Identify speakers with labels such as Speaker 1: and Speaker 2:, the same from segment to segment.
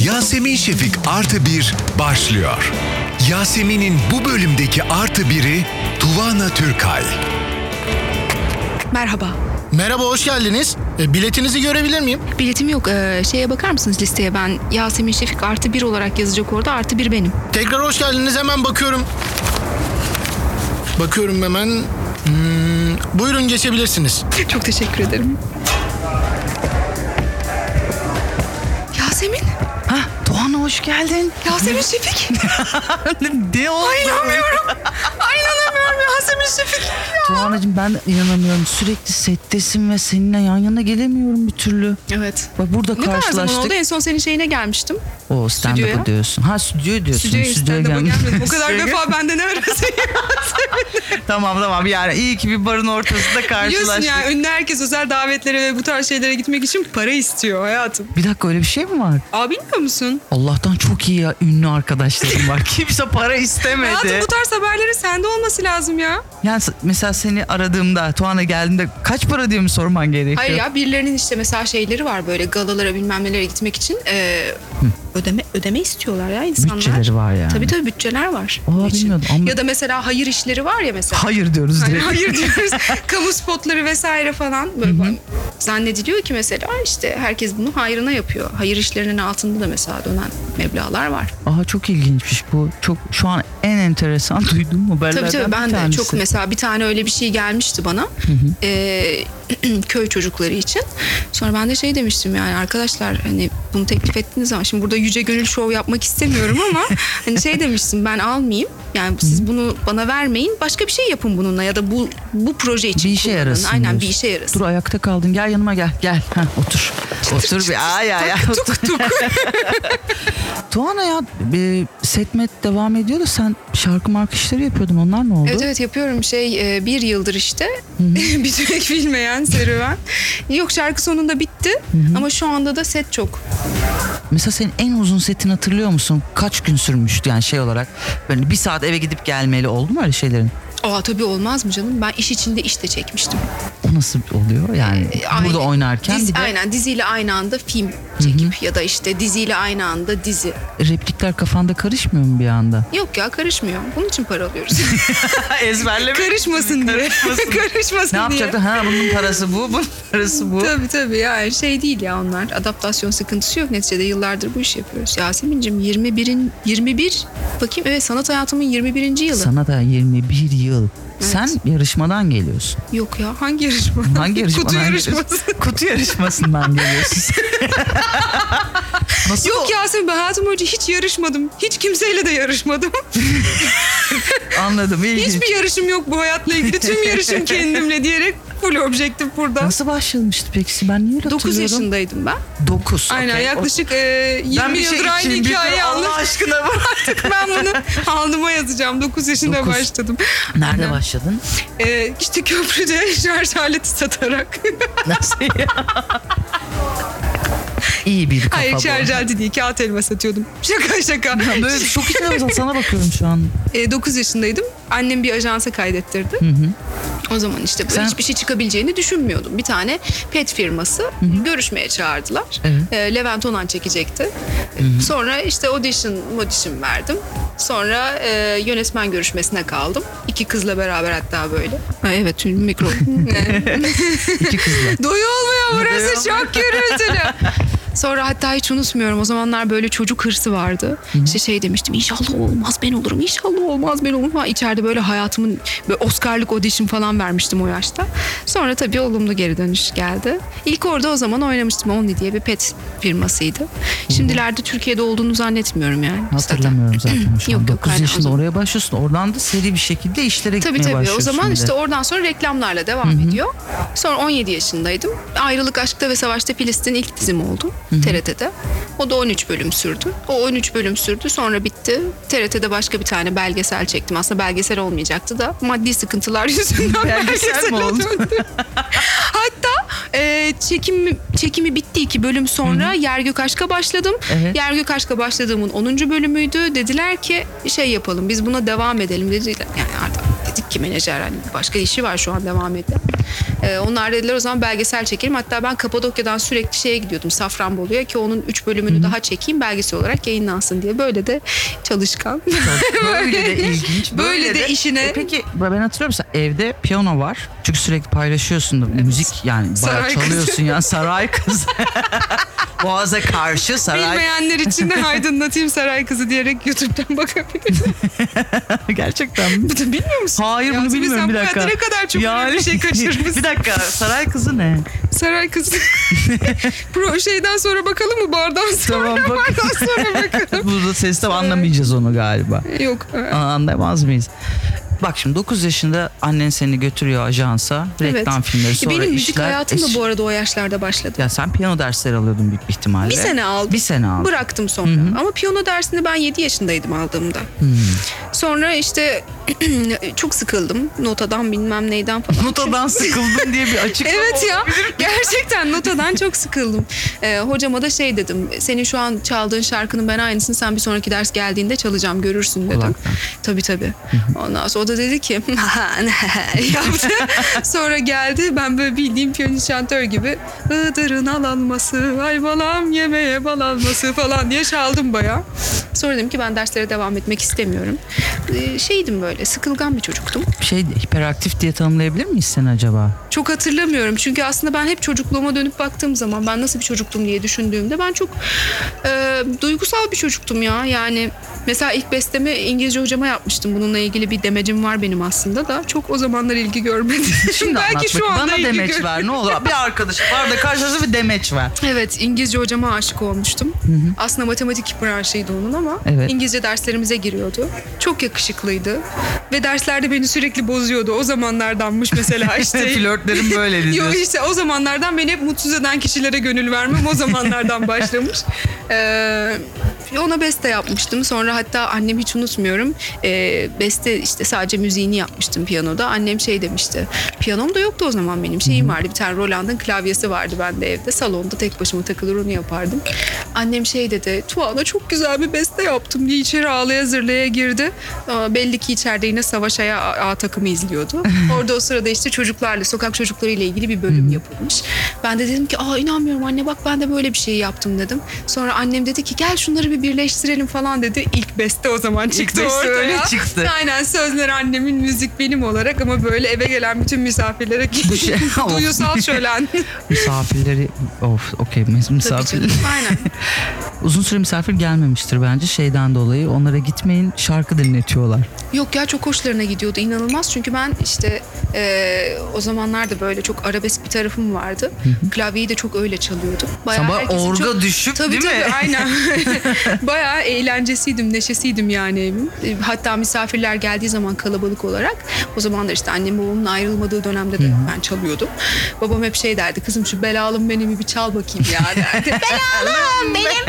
Speaker 1: Yasemin Şefik Artı Bir başlıyor. Yasemin'in bu bölümdeki artı biri Tuvana Türkay.
Speaker 2: Merhaba.
Speaker 3: Merhaba, hoş geldiniz. E, biletinizi görebilir miyim?
Speaker 2: Biletim yok. Ee, şeye bakar mısınız listeye? Ben Yasemin Şefik artı bir olarak yazacak orada. Artı bir benim.
Speaker 3: Tekrar hoş geldiniz, hemen bakıyorum. Bakıyorum hemen. Hmm, buyurun geçebilirsiniz.
Speaker 2: Çok teşekkür ederim. Yasemin.
Speaker 4: Ha, Doğan hoş geldin.
Speaker 2: Yasemin Şefik.
Speaker 4: ne oldu?
Speaker 2: İnanmıyorum. Ay inanamıyorum Yasemin Şefik.
Speaker 4: Doğan'cığım ben inanamıyorum. Sürekli settesin ve seninle yan yana gelemiyorum bir türlü.
Speaker 2: Evet.
Speaker 4: Bak burada
Speaker 2: Ne kadar zaman
Speaker 4: karşılaştık.
Speaker 2: oldu? En son senin şeyine gelmiştim.
Speaker 4: O stand-up'a
Speaker 2: Stüdyoya?
Speaker 4: diyorsun. Ha stüdyo diyorsun.
Speaker 2: Stüdyoya
Speaker 4: Stüdyoya
Speaker 2: İstanbul'a
Speaker 4: gelmiş.
Speaker 2: gelmedim. O kadar
Speaker 4: Stüdyoya-
Speaker 2: defa benden ne arasın.
Speaker 4: tamam tamam yani iyi ki bir barın ortasında
Speaker 2: Biliyorsun
Speaker 4: karşılaştık.
Speaker 2: ya ünlü herkes özel davetlere ve bu tarz şeylere gitmek için para istiyor hayatım.
Speaker 4: Bir dakika öyle bir şey mi var?
Speaker 2: Aa bilmiyor musun?
Speaker 4: Allah'tan çok iyi ya ünlü arkadaşlarım var. Kimse para
Speaker 2: Hayatım
Speaker 4: istemedi.
Speaker 2: bu tarz haberlerin sende olması lazım ya.
Speaker 4: Yani s- mesela seni aradığımda Tuana geldiğinde kaç para diye mi sorman gerekiyor?
Speaker 2: Hayır ya birilerinin işte mesela şeyleri var böyle galalara bilmem nelere gitmek için e, ödeme ödeme istiyorlar ya insanlar.
Speaker 4: Bütçeleri var yani.
Speaker 2: Tabii tabii bütçeler var.
Speaker 4: Aa,
Speaker 2: bunun için.
Speaker 4: bilmiyordum ama-
Speaker 2: Ya da mesela hayır işleri var ya mesela.
Speaker 4: Hayır diyoruz
Speaker 2: Hani
Speaker 4: direkt.
Speaker 2: hayır diyoruz. Kamu spotları vesaire falan. Böyle falan. Zannediliyor ki mesela işte herkes bunu hayrına yapıyor. Hayır işlerinin altında da mesela dönen meblağlar var.
Speaker 4: Aha çok ilginçmiş bu. Çok şu an en enteresan duyduğum haberlerden
Speaker 2: Tabii tabii ben
Speaker 4: bir
Speaker 2: de
Speaker 4: tanesi.
Speaker 2: çok mesela bir tane öyle bir şey gelmişti bana. Ee, köy çocukları için. Sonra ben de şey demiştim yani arkadaşlar hani bunu teklif ettiğiniz zaman şimdi burada yüce gönül şov yapmak istemiyorum ama hani şey demiştim ben almayayım. Yani siz bunu bana vermeyin. Başka bir şey yapın bununla ya da bu bu proje için
Speaker 4: bir işe
Speaker 2: kullanın.
Speaker 4: yarasın.
Speaker 2: Aynen bir
Speaker 4: diyorsun.
Speaker 2: işe yarasın.
Speaker 4: Dur ayakta kaldın. Gel yanıma gel. Gel. Heh, otur. otur bir. Ay ay ay.
Speaker 2: Tuk tuk.
Speaker 4: Tuana ya e, setmet devam ediyor da sen şarkı markı işleri yapıyordun. Onlar ne oldu?
Speaker 2: Evet evet yapıyorum şey e, bir yıldır işte bitmek bilmeyen serüven. Yok şarkı sonunda bitti ama şu anda da set çok.
Speaker 4: Mesela senin en uzun setin hatırlıyor musun? Kaç gün sürmüştü yani şey olarak? Böyle bir saat eve gidip gelmeli oldu mu öyle şeylerin?
Speaker 2: Aa tabii olmaz mı canım? Ben iş içinde işte çekmiştim.
Speaker 4: O nasıl oluyor? Yani
Speaker 2: E, aynı-
Speaker 4: burada oynarken
Speaker 2: Dizi-
Speaker 4: bir de
Speaker 2: Aynen diziyle aynı anda film çekip ya da işte diziyle aynı anda dizi.
Speaker 4: replikler kafanda karışmıyor mu bir anda?
Speaker 2: Yok ya karışmıyor. Bunun için para alıyoruz.
Speaker 4: Ezberleme.
Speaker 2: Karışmasın diye. Karışmasın diye.
Speaker 4: Ne yapacaktı? Ha bunun parası bu, bunun parası bu.
Speaker 2: Tabii tabii yani şey değil ya onlar. Adaptasyon sıkıntısı yok. Neticede yıllardır bu işi yapıyoruz. Yasemin'cim 21. 21 bakayım evet sanat hayatımın 21. yılı.
Speaker 4: Sana da 21 yıl. Sen yarışmadan geliyorsun.
Speaker 2: yok ya hangi yarışma?
Speaker 4: Hangi yarışmadan
Speaker 2: Kutu
Speaker 4: geliyorsun?
Speaker 2: yarışması.
Speaker 4: Kutu yarışmasından geliyorsun. Nasıl
Speaker 2: Yok
Speaker 4: o-
Speaker 2: Yasemin ben hayatım boyunca hiç yarışmadım. Hiç kimseyle de yarışmadım.
Speaker 4: Anladım. ilginç.
Speaker 2: Hiçbir şey yarışım yok bu hayatla ilgili. Tüm yarışım kendimle diyerek full objektif burada.
Speaker 4: Nasıl başlamıştı peki? Ben niye öyle
Speaker 2: 9
Speaker 4: hatırlıyorum?
Speaker 2: yaşındaydım ben.
Speaker 4: 9.
Speaker 2: Aynen yaklaşık e, 20 yıldır aynı hikayeyi
Speaker 4: şey Allah
Speaker 2: anlatıp
Speaker 4: aşkına bak.
Speaker 2: ben bunu alnıma yazacağım. 9 yaşında
Speaker 4: Dokuz.
Speaker 2: başladım.
Speaker 4: Nerede başladın?
Speaker 2: E, işte köprüde şarj aleti satarak.
Speaker 4: Nasıl ya? İyi bir kafa
Speaker 2: Hayır
Speaker 4: bu.
Speaker 2: şarj aleti değil kağıt elma satıyordum. Şaka şaka.
Speaker 4: Ben Böyle şok içinde sana bakıyorum şu an.
Speaker 2: E, 9 yaşındaydım. Annem bir ajansa kaydettirdi. O zaman işte böyle
Speaker 4: Sen-
Speaker 2: hiçbir şey çıkabileceğini düşünmüyordum. Bir tane pet firması görüşmeye çağırdılar.
Speaker 4: Evet.
Speaker 2: E, Levent Onan çekecekti. E, Sonra işte audition, audition verdim. Sonra e, yönetmen görüşmesine kaldım. İki kızla beraber hatta böyle. Ha, evet mikro.
Speaker 4: İki kızla.
Speaker 2: Doyu olmuyor burası
Speaker 4: Doyu
Speaker 2: çok gürültülü. Sonra hatta hiç unutmuyorum o zamanlar böyle çocuk hırsı vardı. İşte şey demiştim inşallah olmaz ben olurum inşallah olmaz ben olurum falan. İçeride böyle hayatımın böyle Oscar'lık audition falan vermiştim o yaşta. Sonra tabii olumlu geri dönüş geldi. İlk orada o zaman oynamıştım Only diye bir pet firmasıydı. Şimdilerde Türkiye'de olduğunu zannetmiyorum yani.
Speaker 4: Hatırlamıyorum zaten şu an.
Speaker 2: Yok, yok,
Speaker 4: 9
Speaker 2: aynen o
Speaker 4: yaşında
Speaker 2: zaman.
Speaker 4: oraya başlıyorsun. Oradan da seri bir şekilde işlere gitmeye
Speaker 2: Tabii tabii. O
Speaker 4: başlıyorsun.
Speaker 2: zaman
Speaker 4: bir de.
Speaker 2: işte oradan sonra reklamlarla devam ediyor. Sonra 17 yaşındaydım. Ayrılık Aşkta ve Savaş'ta Filistin ilk dizim oldu TRT'de. O da 13 bölüm sürdü. O 13 bölüm sürdü sonra bitti. TRT'de başka bir tane belgesel çektim. Aslında belgesel olmayacaktı da maddi sıkıntılar yüzünden
Speaker 4: Belgesel mi
Speaker 2: belgesele
Speaker 4: oldu?
Speaker 2: döndü. Hatta e, çekim çekimi bitti iki bölüm sonra Yergök Aşk'a başladım.
Speaker 4: Evet.
Speaker 2: Yergök Aşk'a başladığımın 10. bölümüydü. Dediler ki şey yapalım biz buna devam edelim dediler. Yani artık dedik ki menajer hani başka işi var şu an devam eden. Ee, onlar dediler o zaman belgesel çekelim. Hatta ben Kapadokya'dan sürekli şeye gidiyordum Safranbolu'ya ki onun 3 bölümünü daha çekeyim belgesel olarak yayınlansın diye. Böyle de çalışkan.
Speaker 4: Böyle de ilginç.
Speaker 2: Böyle de işine-
Speaker 4: E peki ben hatırlıyorum sen evde piyano var. Çünkü sürekli paylaşıyorsun da müzik yani bayağı
Speaker 2: Saray kızı.
Speaker 4: çalıyorsun ya saray kızı. Boğaz'a karşı saray.
Speaker 2: Bilmeyenler için de aydınlatayım Saray Kızı diyerek YouTube'dan bakabilir.
Speaker 4: Gerçekten mi?
Speaker 2: Bilmiyor musun?
Speaker 4: Hayır bunu
Speaker 2: Yasemin,
Speaker 4: bilmiyorum
Speaker 2: sen
Speaker 4: bir
Speaker 2: bu
Speaker 4: dakika.
Speaker 2: hayatta ne kadar çok önemli şey kaçırmışsın.
Speaker 4: bir dakika saray kızı ne?
Speaker 2: Saray Kızı. Pro şeyden sonra bakalım mı? Bardan sonra.
Speaker 4: Tamam bak.
Speaker 2: Bardan sonra bakalım.
Speaker 4: Burada sesle anlamayacağız onu galiba.
Speaker 2: Yok.
Speaker 4: Aa, Anlamaz mıyız? Bak şimdi 9 yaşında annen seni götürüyor ajansa. Reklam filmleri sonra
Speaker 2: Benim müzik
Speaker 4: işler.
Speaker 2: hayatım da
Speaker 4: Eş-
Speaker 2: bu arada o yaşlarda başladı.
Speaker 4: Ya sen piyano dersleri alıyordun büyük bir ihtimalle.
Speaker 2: Bir sene aldım.
Speaker 4: Bir sene aldın.
Speaker 2: Bıraktım sonra. Ama piyano dersini ben 7 yaşındaydım aldığımda. Sonra işte çok sıkıldım. Notadan bilmem neyden falan.
Speaker 4: Notadan sıkıldın diye bir açıklama
Speaker 2: Evet ya. Gerçekten notadan çok sıkıldım. Ee, hocama da şey dedim. Senin şu an çaldığın şarkının ben aynısını sen bir sonraki ders geldiğinde çalacağım görürsün dedim.
Speaker 4: Kulaktan.
Speaker 2: Tabii tabii. Ondan sonra o da dedi ki yaptı. sonra geldi ben böyle bildiğim piyanist şantör gibi Iğdır'ın alanması, ay balam yemeğe balanması falan diye çaldım bayağı. Sonra dedim ki ben derslere devam etmek istemiyorum. Ee, şeydim böyle sıkılgan bir çocuktum.
Speaker 4: Şey hiperaktif diye tanımlayabilir miyiz seni acaba?
Speaker 2: Çok hatırlamıyorum çünkü aslında ben hep çocukluğuma dönüp baktığım zaman ben nasıl bir çocuktum diye düşündüğümde ben çok e, duygusal bir çocuktum ya. Yani mesela ilk bestemi İngilizce hocama yapmıştım. Bununla ilgili bir demecim var benim aslında da çok o zamanlar ilgi görmedi.
Speaker 4: Şimdi anlat
Speaker 2: Belki şu
Speaker 4: bakayım.
Speaker 2: anda
Speaker 4: Bana
Speaker 2: ilgi
Speaker 4: demeç
Speaker 2: gör-
Speaker 4: ver ne olur. Bir arkadaşım var da karşılaştı bir demeç ver.
Speaker 2: Evet İngilizce hocama aşık olmuştum. Aslında matematik branşıydı onun ama
Speaker 4: Evet.
Speaker 2: İngilizce derslerimize giriyordu. Çok yakışıklıydı ve derslerde beni sürekli bozuyordu. O zamanlardanmış mesela işte.
Speaker 4: Flörtlerim böyle
Speaker 2: Yo
Speaker 4: diyor.
Speaker 2: işte o zamanlardan beni hep mutsuz eden kişilere gönül vermem o zamanlardan başlamış. Ee, ona beste yapmıştım. Sonra hatta annem hiç unutmuyorum. Ee, beste işte sadece müziğini yapmıştım piyanoda. Annem şey demişti. Piyanom da yoktu o zaman benim. Şeyim vardı bir tane Roland'ın klavyesi vardı bende evde. Salonda tek başıma takılır onu yapardım. Annem şey dedi. Tuana çok güzel bir beste yaptım diye içeri ağlaya zırlaya girdi. Aa, belli ki içeride yine Savaş Aya A, A takımı izliyordu. Orada o sırada işte çocuklarla, sokak çocuklarıyla ilgili bir bölüm yapılmış. Ben de dedim ki aa inanmıyorum anne bak ben de böyle bir şey yaptım dedim. Sonra annem dedi ki gel şunları bir birleştirelim falan dedi. İlk beste o zaman çıktı
Speaker 4: beste
Speaker 2: ortaya.
Speaker 4: öyle çıktı.
Speaker 2: Aynen sözler annemin, müzik benim olarak ama böyle eve gelen bütün misafirlere
Speaker 4: şey-
Speaker 2: duyusal şölen.
Speaker 4: Misafirleri of okey mis-
Speaker 2: Tabii
Speaker 4: misafir.
Speaker 2: canım, aynen.
Speaker 4: Uzun süre misafir gelmemiştir bence şeyden dolayı. Onlara gitmeyin şarkı dinletiyorlar.
Speaker 2: Yok ya çok hoşlarına gidiyordu inanılmaz çünkü ben işte eee, o zamanlarda böyle çok arabesk bir tarafım vardı. Klavyeyi de çok öyle çalıyordum. Bayağı
Speaker 4: Sen bayağı
Speaker 2: herkesin
Speaker 4: orga
Speaker 2: çok-
Speaker 4: düşüp
Speaker 2: Tabii
Speaker 4: değil
Speaker 2: tabii
Speaker 4: mi?
Speaker 2: aynen. Bayağı eğlencesiydim, neşesiydim yani evim. E, Hatta misafirler geldiği zaman kalabalık olarak o zamanlar işte annem babamın ayrılmadığı dönemde de ben çalıyordum. Babam hep şey derdi kızım şu belalım benim bir çal bakayım ya derdi. belalım benim.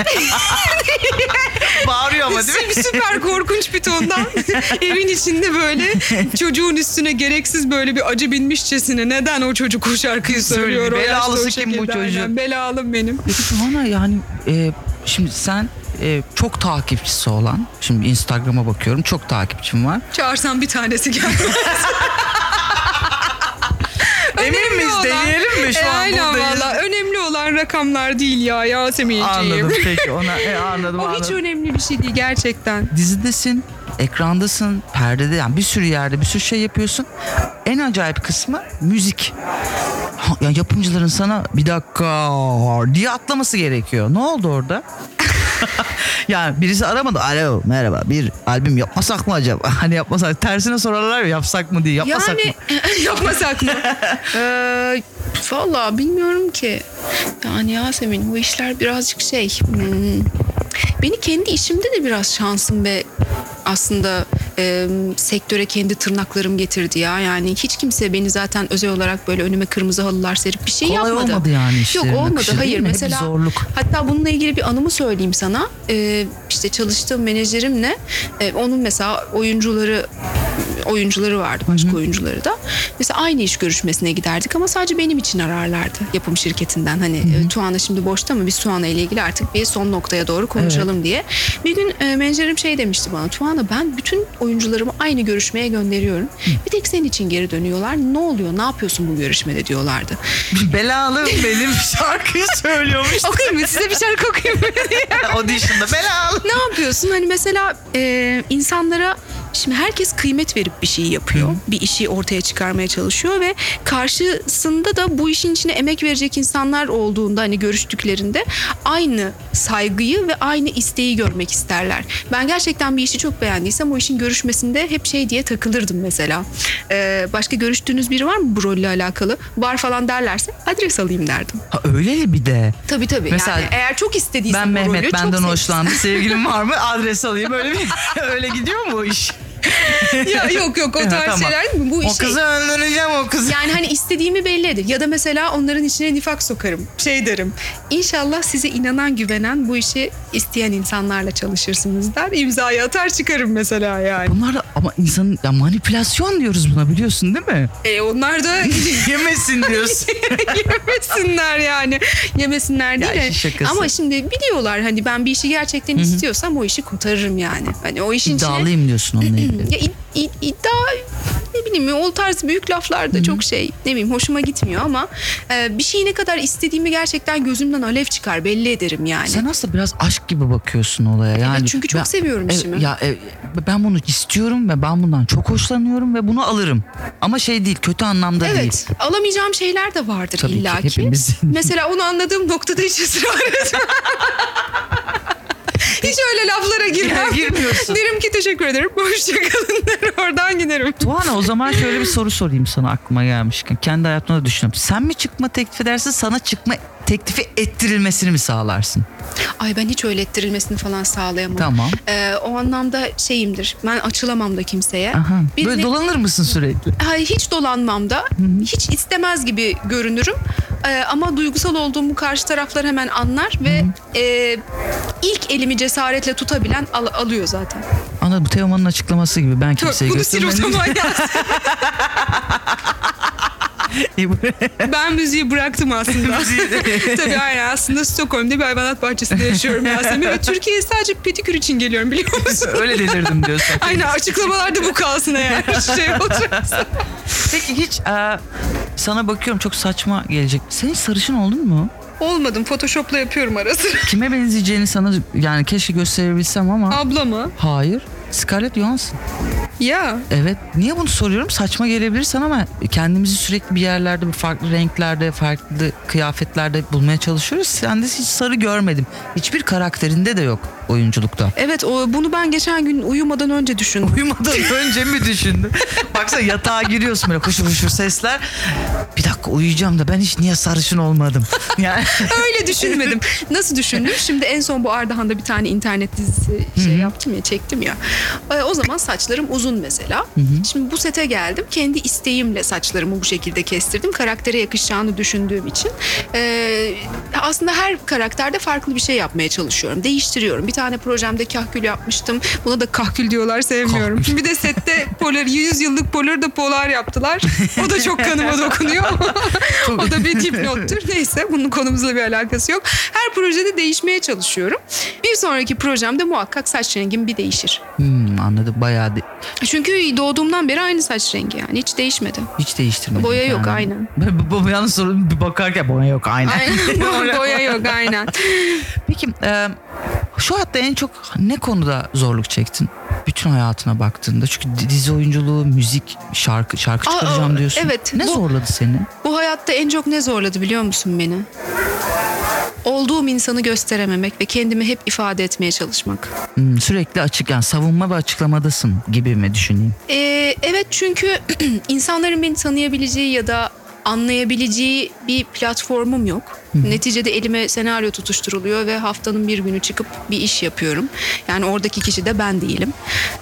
Speaker 4: Bağırıyor ama değil mi?
Speaker 2: Sü- Süper korkunç bir tondan evin içinde böyle çocuğun üstüne gereksiz böyle bir acı binmişçesine neden o çocuk o şarkıyı
Speaker 4: Söyledi,
Speaker 2: söylüyor. o yaşta
Speaker 4: belalısı
Speaker 2: o
Speaker 4: kim bu
Speaker 2: şekilde,
Speaker 4: çocuğun?
Speaker 2: aynen, Belalım benim.
Speaker 4: Peki Tuana yani e, şimdi sen e, çok takipçisi olan, şimdi Instagram'a bakıyorum çok takipçim var.
Speaker 2: Çağırsam bir tanesi gelmez.
Speaker 4: Emin miyiz
Speaker 2: olan-
Speaker 4: deneyelim mi şu
Speaker 2: E,
Speaker 4: an
Speaker 2: aynen
Speaker 4: buradayız?
Speaker 2: valla önemli olan rakamlar değil ya Yasemin'ciğim.
Speaker 4: Anladım peki ona e, anladım
Speaker 2: O hiç
Speaker 4: anladım.
Speaker 2: önemli bir şey değil gerçekten.
Speaker 4: Dizidesin, ekrandasın, perdede yani bir sürü yerde bir sürü şey yapıyorsun. En acayip kısmı müzik. Ha, ya yapımcıların sana bir dakika diye atlaması gerekiyor. Ne oldu orada? yani birisi aramadı. Alo merhaba bir albüm yapmasak mı acaba? Hani yapmasak tersine sorarlar ya yapsak mı diye yapmasak mı?
Speaker 2: yani yapmasak mı? ee, Valla bilmiyorum ki. Yani Yasemin bu işler birazcık şey. hmm, Beni kendi işimde de biraz şansım ve aslında e, sektöre kendi tırnaklarım getirdi ya. Yani hiç kimse beni zaten özel olarak böyle önüme kırmızı halılar serip bir şey
Speaker 4: Kolay
Speaker 2: yapmadı.
Speaker 4: olmadı yani
Speaker 2: Yok
Speaker 4: işlerin
Speaker 2: olmadı.
Speaker 4: akışı değil
Speaker 2: Hayır
Speaker 4: mi? Hep
Speaker 2: mesela
Speaker 4: bir zorluk.
Speaker 2: Hatta bununla ilgili bir anımı söyleyeyim sana. Ee, işte çalıştığım menajerimle e, onun mesela oyuncuları oyuncuları vardı başka oyuncuları da. Mesela aynı iş görüşmesine giderdik ama sadece benim için ararlardı yapım şirketinden. Hani e, Tuana şimdi boşta mı biz Tuana ile ilgili artık bir son noktaya doğru konuşalım diye. Bir gün e, menajerim şey demişti bana Tuana ben bütün oyuncularımı aynı görüşmeye gönderiyorum. Bir tek senin için geri dönüyorlar. Ne oluyor ne yapıyorsun bu görüşmede diyorlardı.
Speaker 4: Belalı benim şarkıyı söylüyormuş.
Speaker 2: Okuyayım mı size bir şarkı okuyayım mı diye.
Speaker 4: Audition'da belalı.
Speaker 2: ne yapıyorsun? Hani mesela e, insanlara şimdi herkes kıymet verip bir şey yapıyor. Bir işi ortaya çıkarmaya çalışıyor ve karşısında da bu işin içine emek verecek insanlar olduğunda hani görüştüklerinde aynı saygıyı ve aynı isteği görmek isterler. Ben gerçekten bir işi çok beğendiysem o işin görüşmesinde hep şey diye takılırdım mesela. E, başka görüştüğünüz biri var mı bu rolle alakalı? Var falan derlerse adres alayım derdim.
Speaker 4: Ha, öyle ya bir de.
Speaker 2: Tabii tabii.
Speaker 4: Mesela
Speaker 2: yani eğer çok istediysem
Speaker 4: Ben
Speaker 2: o rolü
Speaker 4: Mehmet
Speaker 2: çok
Speaker 4: benden
Speaker 2: sevdim.
Speaker 4: hoşlandı. Sevgilim var mı? Adres alayım. Öyle bir öyle gidiyor mu o iş?
Speaker 2: ya yok yok o
Speaker 4: Ya,
Speaker 2: tarz
Speaker 4: tamam.
Speaker 2: şeyler değil mi? Bu
Speaker 4: O
Speaker 2: şey-
Speaker 4: kızı öldüreceğim o kızı.
Speaker 2: Yani hani istediğimi belli eder. Ya da mesela onların içine nifak sokarım. Şey derim. İnşallah size inanan, güvenen, bu işi isteyen insanlarla çalışırsınız der. İmzayı atar çıkarım mesela yani.
Speaker 4: Bunlar da ama insanın ya manipülasyon diyoruz buna biliyorsun değil mi?
Speaker 2: E onlar da
Speaker 4: Yemesin diyorsun.
Speaker 2: yemesinler yani. Yemesinler değil
Speaker 4: Ya
Speaker 2: de.
Speaker 4: işin şakası.
Speaker 2: Ama şimdi biliyorlar hani ben bir işi gerçekten istiyorsam o işi kotarırım yani. Hani o işin içine-
Speaker 4: İddialıyım diyorsun onunla ilgili.
Speaker 2: Ya id- id- iddia ne bileyim o tarz büyük laflar da çok şey ne bileyim hoşuma gitmiyor ama e, bir şeyi ne kadar istediğimi gerçekten gözümden alev çıkar belli ederim yani.
Speaker 4: Sen aslında biraz aşk gibi bakıyorsun olaya. Yani
Speaker 2: çünkü çok seviyorum
Speaker 4: e,
Speaker 2: işimi.
Speaker 4: Ya e, ben bunu istiyorum ve ben bundan çok hoşlanıyorum ve bunu alırım. Ama şey değil, kötü anlamda değil.
Speaker 2: Evet alamayacağım şeyler de vardır
Speaker 4: Tabii ki,
Speaker 2: illaki.
Speaker 4: hepimizin.
Speaker 2: Mesela onu anladığım noktada hiç ısrar etmem. hiç öyle laflara girmem.
Speaker 4: Ya, girmiyorsun.
Speaker 2: Derim ki teşekkür ederim. Hoşçakalın derim oradan giderim.
Speaker 4: Tuana o zaman şöyle bir soru sorayım sana aklıma gelmişken. Kendi hayatımda da düşünüyorum. Sen mi çıkma teklif edersin, sana çıkma teklifi ettirilmesini mi sağlarsın?
Speaker 2: Ay ben hiç öyle ettirilmesini falan sağlayamam.
Speaker 4: Tamam.
Speaker 2: Ee, o anlamda şeyimdir. Ben açılamam da kimseye.
Speaker 4: Aha. Böyle
Speaker 2: Birine-
Speaker 4: dolanır mısın sürekli?
Speaker 2: Ay, hiç dolanmam da. Hiç istemez gibi görünürüm. Ee, ama duygusal olduğumu karşı taraflar hemen anlar ve e, ilk elimi cesaretle tutabilen al- alıyor zaten.
Speaker 4: Ana bu Teoman'ın açıklaması gibi ben kimseye
Speaker 2: Bunu sil o
Speaker 4: götürmedim.
Speaker 2: zaman gelsin. Ben müziği bıraktım aslında. Tabii aynen aslında Stockholm'da bir hayvanat bahçesinde yaşıyorum Yasemin. Ve Türkiye'ye sadece pedikür için geliyorum biliyor musun?
Speaker 4: Öyle delirdim diyorsun.
Speaker 2: Aynen açıklamalarda bu kalsın eğer şey olacaksa.
Speaker 4: Peki hiç e, sana bakıyorum çok saçma gelecek. Sen hiç sarışın oldun mu?
Speaker 2: Olmadım Photoshop'la yapıyorum arası.
Speaker 4: Kime benzeyeceğini sana yani keşke gösterebilsem ama.
Speaker 2: Abla mı?
Speaker 4: Hayır. Scarlett Johansson.
Speaker 2: Ya.
Speaker 4: Evet. Niye bunu soruyorum? Saçma gelebilir sana ama kendimizi sürekli bir yerlerde, bir farklı renklerde, farklı kıyafetlerde bulmaya çalışıyoruz. Sende hiç sarı görmedim. Hiçbir karakterinde de yok oyunculukta.
Speaker 2: Evet o, bunu ben geçen gün uyumadan önce düşündüm.
Speaker 4: Uyumadan önce mi düşündün? Baksana yatağa giriyorsun böyle koşu koşu sesler. Bir dakika uyuyacağım da ben hiç niye sarışın olmadım? Yani
Speaker 2: Öyle düşünmedim. Nasıl düşündüm? Şimdi en son bu Ardahan'da bir tane internet dizisi şey yaptım ya çektim ya. E, O zaman saçlarım uzun mesela. Şimdi bu sete geldim. Kendi isteğimle saçlarımı bu şekilde kestirdim. Karaktere yakışacağını düşündüğüm için. E, aslında her karakterde farklı bir şey yapmaya çalışıyorum. Değiştiriyorum. Bir tane projemde kahkül yapmıştım. Buna da kahkül diyorlar sevmiyorum. Bir de sette polar, 100 yıllık polar da polar yaptılar. O da çok kanıma dokunuyor. o da bir dipnottur. Neyse bunun konumuzla bir alakası yok. Her projede değişmeye çalışıyorum. Bir sonraki projemde muhakkak saç rengim bir değişir.
Speaker 4: hmm, anladım bayağı de-
Speaker 2: Çünkü doğduğumdan beri aynı saç rengi yani hiç değişmedi.
Speaker 4: hiç değiştirmedim.
Speaker 2: Boya yok,
Speaker 4: Yani.
Speaker 2: aynen.
Speaker 4: Ben bu, bu yalnız sorun bir bakarken boya yok aynen.
Speaker 2: Aynen. Boya yok aynen.
Speaker 4: Peki e, şu hayatta en çok ne konuda zorluk çektin? Bütün hayatına baktığında çünkü di- dizi oyunculuğu, müzik, şarkı şarkı
Speaker 2: Aa,
Speaker 4: çıkaracağım
Speaker 2: aa,
Speaker 4: diyorsun.
Speaker 2: evet,
Speaker 4: Ne
Speaker 2: bu-
Speaker 4: zorladı seni?
Speaker 2: Bu hayatta en çok ne zorladı biliyor musun beni? Olduğum insanı gösterememek ve kendimi hep ifade etmeye çalışmak.
Speaker 4: Hmm, sürekli açık yani savunma ve açıklamadasın gibi mi düşüneyim?
Speaker 2: Ee, evet çünkü insanların beni tanıyabileceği ya da anlayabileceği bir platformum yok. Neticede elime senaryo tutuşturuluyor ve haftanın bir günü çıkıp bir iş yapıyorum. Yani oradaki kişi de ben değilim.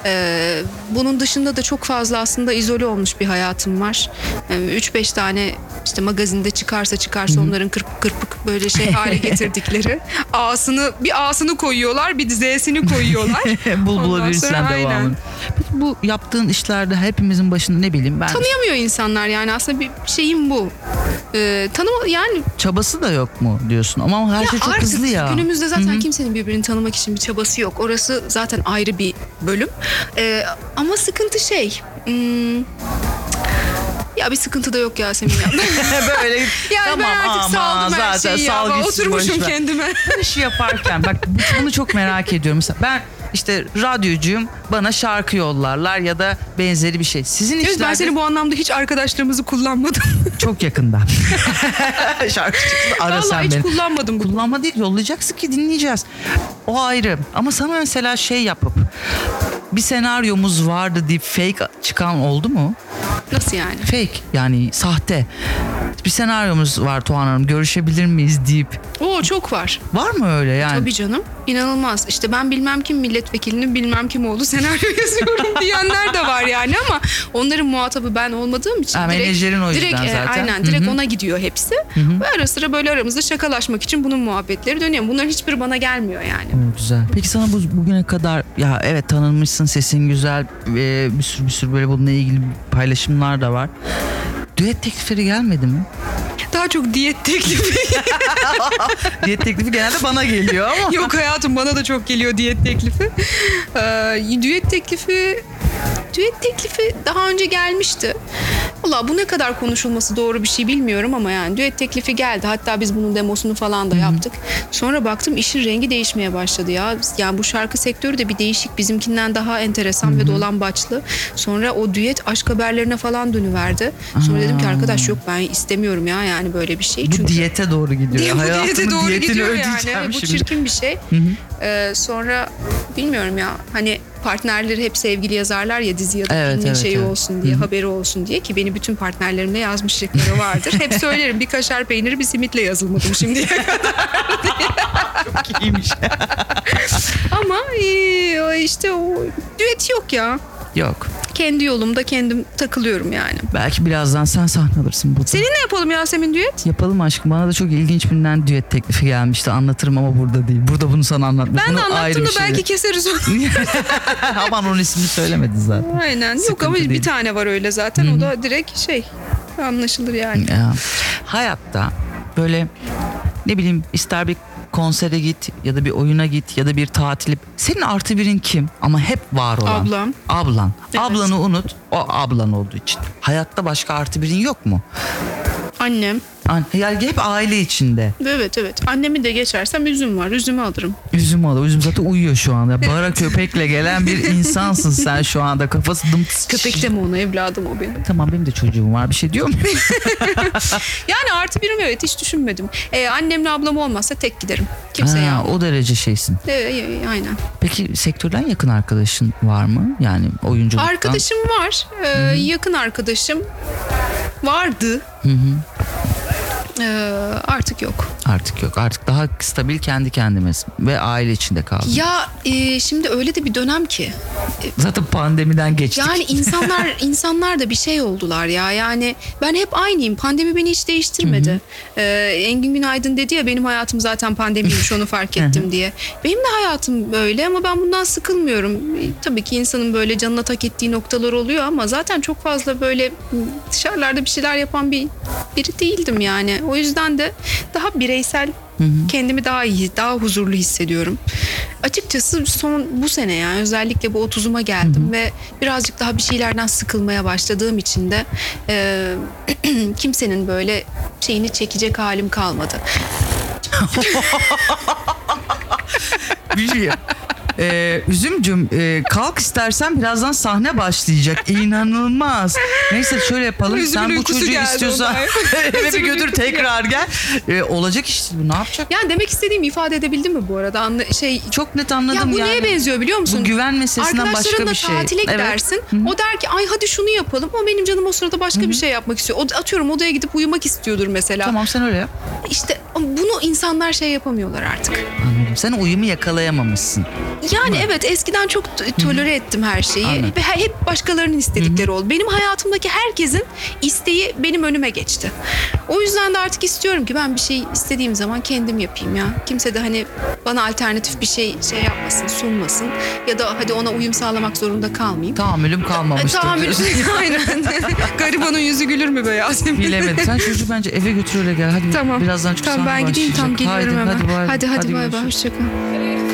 Speaker 2: Ee, bunun dışında da çok fazla aslında izole olmuş bir hayatım var. 3-5 tane işte magazinde çıkarsa çıkarsa onların kırpık kırpık böyle şey hale getirdikleri. A'sını bir A'sını koyuyorlar bir de Z'sini koyuyorlar.
Speaker 4: Bul
Speaker 2: Ondan
Speaker 4: bulabilirsen
Speaker 2: sonra aynen.
Speaker 4: devamını. Peki bu yaptığın işlerde hepimizin başında ne bileyim ben
Speaker 2: Tanıyamıyor insanlar yani aslında bir şeyim bu. Ee, tanıma yani
Speaker 4: çabası da yok mu diyorsun ama her şey çok
Speaker 2: artık
Speaker 4: hızlı ya.
Speaker 2: günümüzde zaten kimsenin birbirini tanımak için bir çabası yok. Orası zaten ayrı bir bölüm. Ee, ama sıkıntı şey. hmm, ya bir sıkıntı da yok Yasemin ya.
Speaker 4: Böyle
Speaker 2: Yani ben artık saldım her
Speaker 4: zaten
Speaker 2: şeyi ya. Ben
Speaker 4: salgısız
Speaker 2: Oturmuşum
Speaker 4: boş ver.
Speaker 2: kendime.
Speaker 4: Bu işi yaparken bak bunu çok merak ediyorum. Mesela ben işte radyocuyum bana şarkı yollarlar ya da benzeri bir şey. Sizin
Speaker 2: Evet,
Speaker 4: işlerde
Speaker 2: ben seni bu anlamda hiç arkadaşlarımızı kullanmadım.
Speaker 4: çok yakında. şarkı çıksın ara
Speaker 2: Vallahi
Speaker 4: sen
Speaker 2: hiç
Speaker 4: beni.
Speaker 2: kullanmadım bu.
Speaker 4: Kullanma değil yollayacaksın ki dinleyeceğiz. O ayrı. Ama sana mesela şey yapıp bir senaryomuz vardı deyip fake çıkan oldu mu?
Speaker 2: Nasıl yani?
Speaker 4: Fake yani sahte. Bir senaryomuz var Tuğhan Hanım görüşebilir miyiz deyip.
Speaker 2: Oo çok var.
Speaker 4: Var mı öyle yani?
Speaker 2: Tabii canım. İnanılmaz. İşte ben bilmem kim milletvekilinin bilmem kim oldu senaryo yazıyorum diyenler de var yani ama onların muhatabı ben olmadığım için
Speaker 4: Ha, menajerin o yüzden
Speaker 2: direkt, e,
Speaker 4: zaten.
Speaker 2: Aynen direkt ona gidiyor hepsi. Ve ara sıra böyle aramızda şakalaşmak için bunun muhabbetleri dönüyor. Bunların hiçbiri bana gelmiyor yani.
Speaker 4: Hı, Güzel. Peki sana bu bugüne kadar ya evet tanınmışsın sesin güzel ee, bir sürü bir sürü böyle bununla ilgili paylaşımlar da var. Düet teklifleri gelmedi mi?
Speaker 2: Daha çok diyet teklifi.
Speaker 4: Düet teklifi genelde bana geliyor ama.
Speaker 2: Yok hayatım bana da çok geliyor diyet teklifi. Ee, düet teklifi düet teklifi daha önce gelmişti. Valla bu ne kadar konuşulması doğru bir şey bilmiyorum ama yani düet teklifi geldi. Hatta biz bunun demosunu falan da yaptık. Sonra baktım işin rengi değişmeye başladı ya. Biz- Yani bu şarkı sektörü de bir değişik bizimkinden daha enteresan ve dolambaçlı. Sonra o düet aşk haberlerine falan dönüverdi. Sonra dedim ki arkadaş yok ben istemiyorum ya yani böyle bir şey.
Speaker 4: Bu diyete doğru gidiyor.
Speaker 2: Diye bu diyete
Speaker 4: Hayatımın
Speaker 2: doğru
Speaker 4: diyetini
Speaker 2: gidiyor
Speaker 4: ödeyeceğim
Speaker 2: yani. Bu
Speaker 4: şimdi.
Speaker 2: çirkin bir şey. Ee, sonra bilmiyorum ya hani partnerleri hep sevgili yazarlar ya dizi ya da
Speaker 4: Evet,
Speaker 2: filmin
Speaker 4: evet,
Speaker 2: şeyi
Speaker 4: evet.
Speaker 2: olsun diye haberi olsun diye ki beni bütün partnerlerimle yazmışlıkları vardır. hep söylerim bir kaşar peyniri bir simitle yazılmadım şimdiye kadar.
Speaker 4: İyiymiş.
Speaker 2: Ama ee, o işte o düet yok ya.
Speaker 4: Yok.
Speaker 2: Kendi yolumda kendim takılıyorum yani.
Speaker 4: Belki birazdan sen sahne alırsın burada.
Speaker 2: Seninle yapalım Yasemin düet.
Speaker 4: Yapalım aşkım. Bana da çok ilginç birinden düet teklifi gelmişti. Anlatırım ama burada değil. Burada bunu sana anlatmam.
Speaker 2: Ben
Speaker 4: bunu
Speaker 2: de anlattım
Speaker 4: ayrı
Speaker 2: da
Speaker 4: bir şey.
Speaker 2: belki keseriz onu.
Speaker 4: Aman onun ismini söylemedin zaten.
Speaker 2: Aynen. Yok
Speaker 4: Sıkıntı
Speaker 2: ama bir
Speaker 4: değil.
Speaker 2: tane var öyle zaten. O da direkt şey anlaşılır yani.
Speaker 4: Ya, hayatta böyle ne bileyim ister bir konsere git ya da bir oyuna git ya da bir tatili. Senin artı birin kim? Ama hep var olan.
Speaker 2: Ablam.
Speaker 4: Ablan.
Speaker 2: Evet.
Speaker 4: Ablanı unut. O ablan olduğu için. Hayatta başka artı birin yok mu?
Speaker 2: Annem.
Speaker 4: An- Yani hep aile içinde.
Speaker 2: Evet evet. Annemi de geçersem üzüm var. Üzümü alırım.
Speaker 4: Üzüm alır. Üzüm zaten uyuyor şu anda. Bara köpekle gelen bir insansın sen şu anda. Kafası dımtıs.
Speaker 2: Köpek de mi ona evladım o benim.
Speaker 4: Tamam benim de çocuğum var. Bir şey diyor mu?
Speaker 2: Yani artı birim evet hiç düşünmedim. Ee, annemle ablam olmazsa tek giderim. Kimse
Speaker 4: Ha,
Speaker 2: ya.
Speaker 4: o derece şeysin.
Speaker 2: aynen.
Speaker 4: Peki sektörden yakın arkadaşın var mı? Yani oyunculuktan.
Speaker 2: Arkadaşım var. Ee, yakın arkadaşım vardı. Ee, artık yok.
Speaker 4: Artık yok. Artık daha stabil kendi kendimiz ve aile içinde kaldık.
Speaker 2: Ya e, şimdi öyle de bir dönem ki.
Speaker 4: Zaten pandemiden geçtik.
Speaker 2: Yani insanlar insanlar da bir şey oldular ya. Yani ben hep aynıyım. Pandemi beni hiç değiştirmedi. Ee, Engin Günaydın dedi ya benim hayatım zaten pandemiymiş onu fark ettim diye. Benim de hayatım böyle ama ben bundan sıkılmıyorum. E, Tabii ki insanın böyle canına tak ettiği noktalar oluyor ama zaten çok fazla böyle dışarılarda bir şeyler yapan bir biri değildim yani. O yüzden de daha bireysel kendimi daha iyi, daha huzurlu hissediyorum. Açıkçası son bu sene yani özellikle bu 30'uma geldim ve birazcık daha bir şeylerden sıkılmaya başladığım için de e, kimsenin böyle şeyini çekecek halim kalmadı.
Speaker 4: Bir şey yok. Ee, üzümcüm e, kalk istersen birazdan sahne başlayacak. İnanılmaz. Neyse şöyle yapalım.
Speaker 2: Üzümün
Speaker 4: Sen bu
Speaker 2: uykusu
Speaker 4: çocuğu
Speaker 2: geldi
Speaker 4: istiyorsan
Speaker 2: ona.
Speaker 4: eve bir
Speaker 2: Üzümün
Speaker 4: götür
Speaker 2: uykusu
Speaker 4: tekrar gel. Ee, olacak iş değil bu. Ne yapacak?
Speaker 2: Yani demek istediğimi ifade edebildim mi bu arada? Anla, şey
Speaker 4: Çok net anladım
Speaker 2: ya bu
Speaker 4: yani.
Speaker 2: neye benziyor biliyor musun?
Speaker 4: Bu güven meselesinden başka
Speaker 2: Arkadaşlarınla
Speaker 4: bir şey.
Speaker 2: tatile
Speaker 4: Evet.
Speaker 2: gidersin. O der ki ay hadi şunu yapalım. Ama benim canım o sırada başka bir şey yapmak istiyor. O, atıyorum odaya gidip uyumak istiyordur mesela.
Speaker 4: Tamam sen öyle yap.
Speaker 2: İşte bunu insanlar şey yapamıyorlar artık.
Speaker 4: Anladım. diyelim. Sen o uyumu yakalayamamışsın.
Speaker 2: Yani evet eskiden çok t- tolere ettim her şeyi
Speaker 4: Anladım.
Speaker 2: ve he- hep başkalarının istedikleri oldu. Benim hayatımdaki herkesin isteği benim önüme geçti. O yüzden de artık istiyorum ki ben bir şey istediğim zaman kendim yapayım ya. Kimse de hani bana alternatif bir şey şey yapmasın, sunmasın ya da hadi ona uyum sağlamak zorunda kalmayayım.
Speaker 4: Tahammülüm kalmamıştır.
Speaker 2: Tahammül
Speaker 4: diyorsun.
Speaker 2: E, aynen. Garibanın yüzü gülür mü be Yasemin?
Speaker 4: Bilemedim. Sen çocuğu bence eve götür öyle gel. Hadi
Speaker 2: Tamam.
Speaker 4: birazdan çok
Speaker 2: tamam ben
Speaker 4: sahne
Speaker 2: gideyim tam
Speaker 4: başlayacak.
Speaker 2: geliyorum hemen.
Speaker 4: Haydi,
Speaker 2: Hadi hadi, hadi bay bay
Speaker 4: görüşürüz.
Speaker 2: hoşçakal.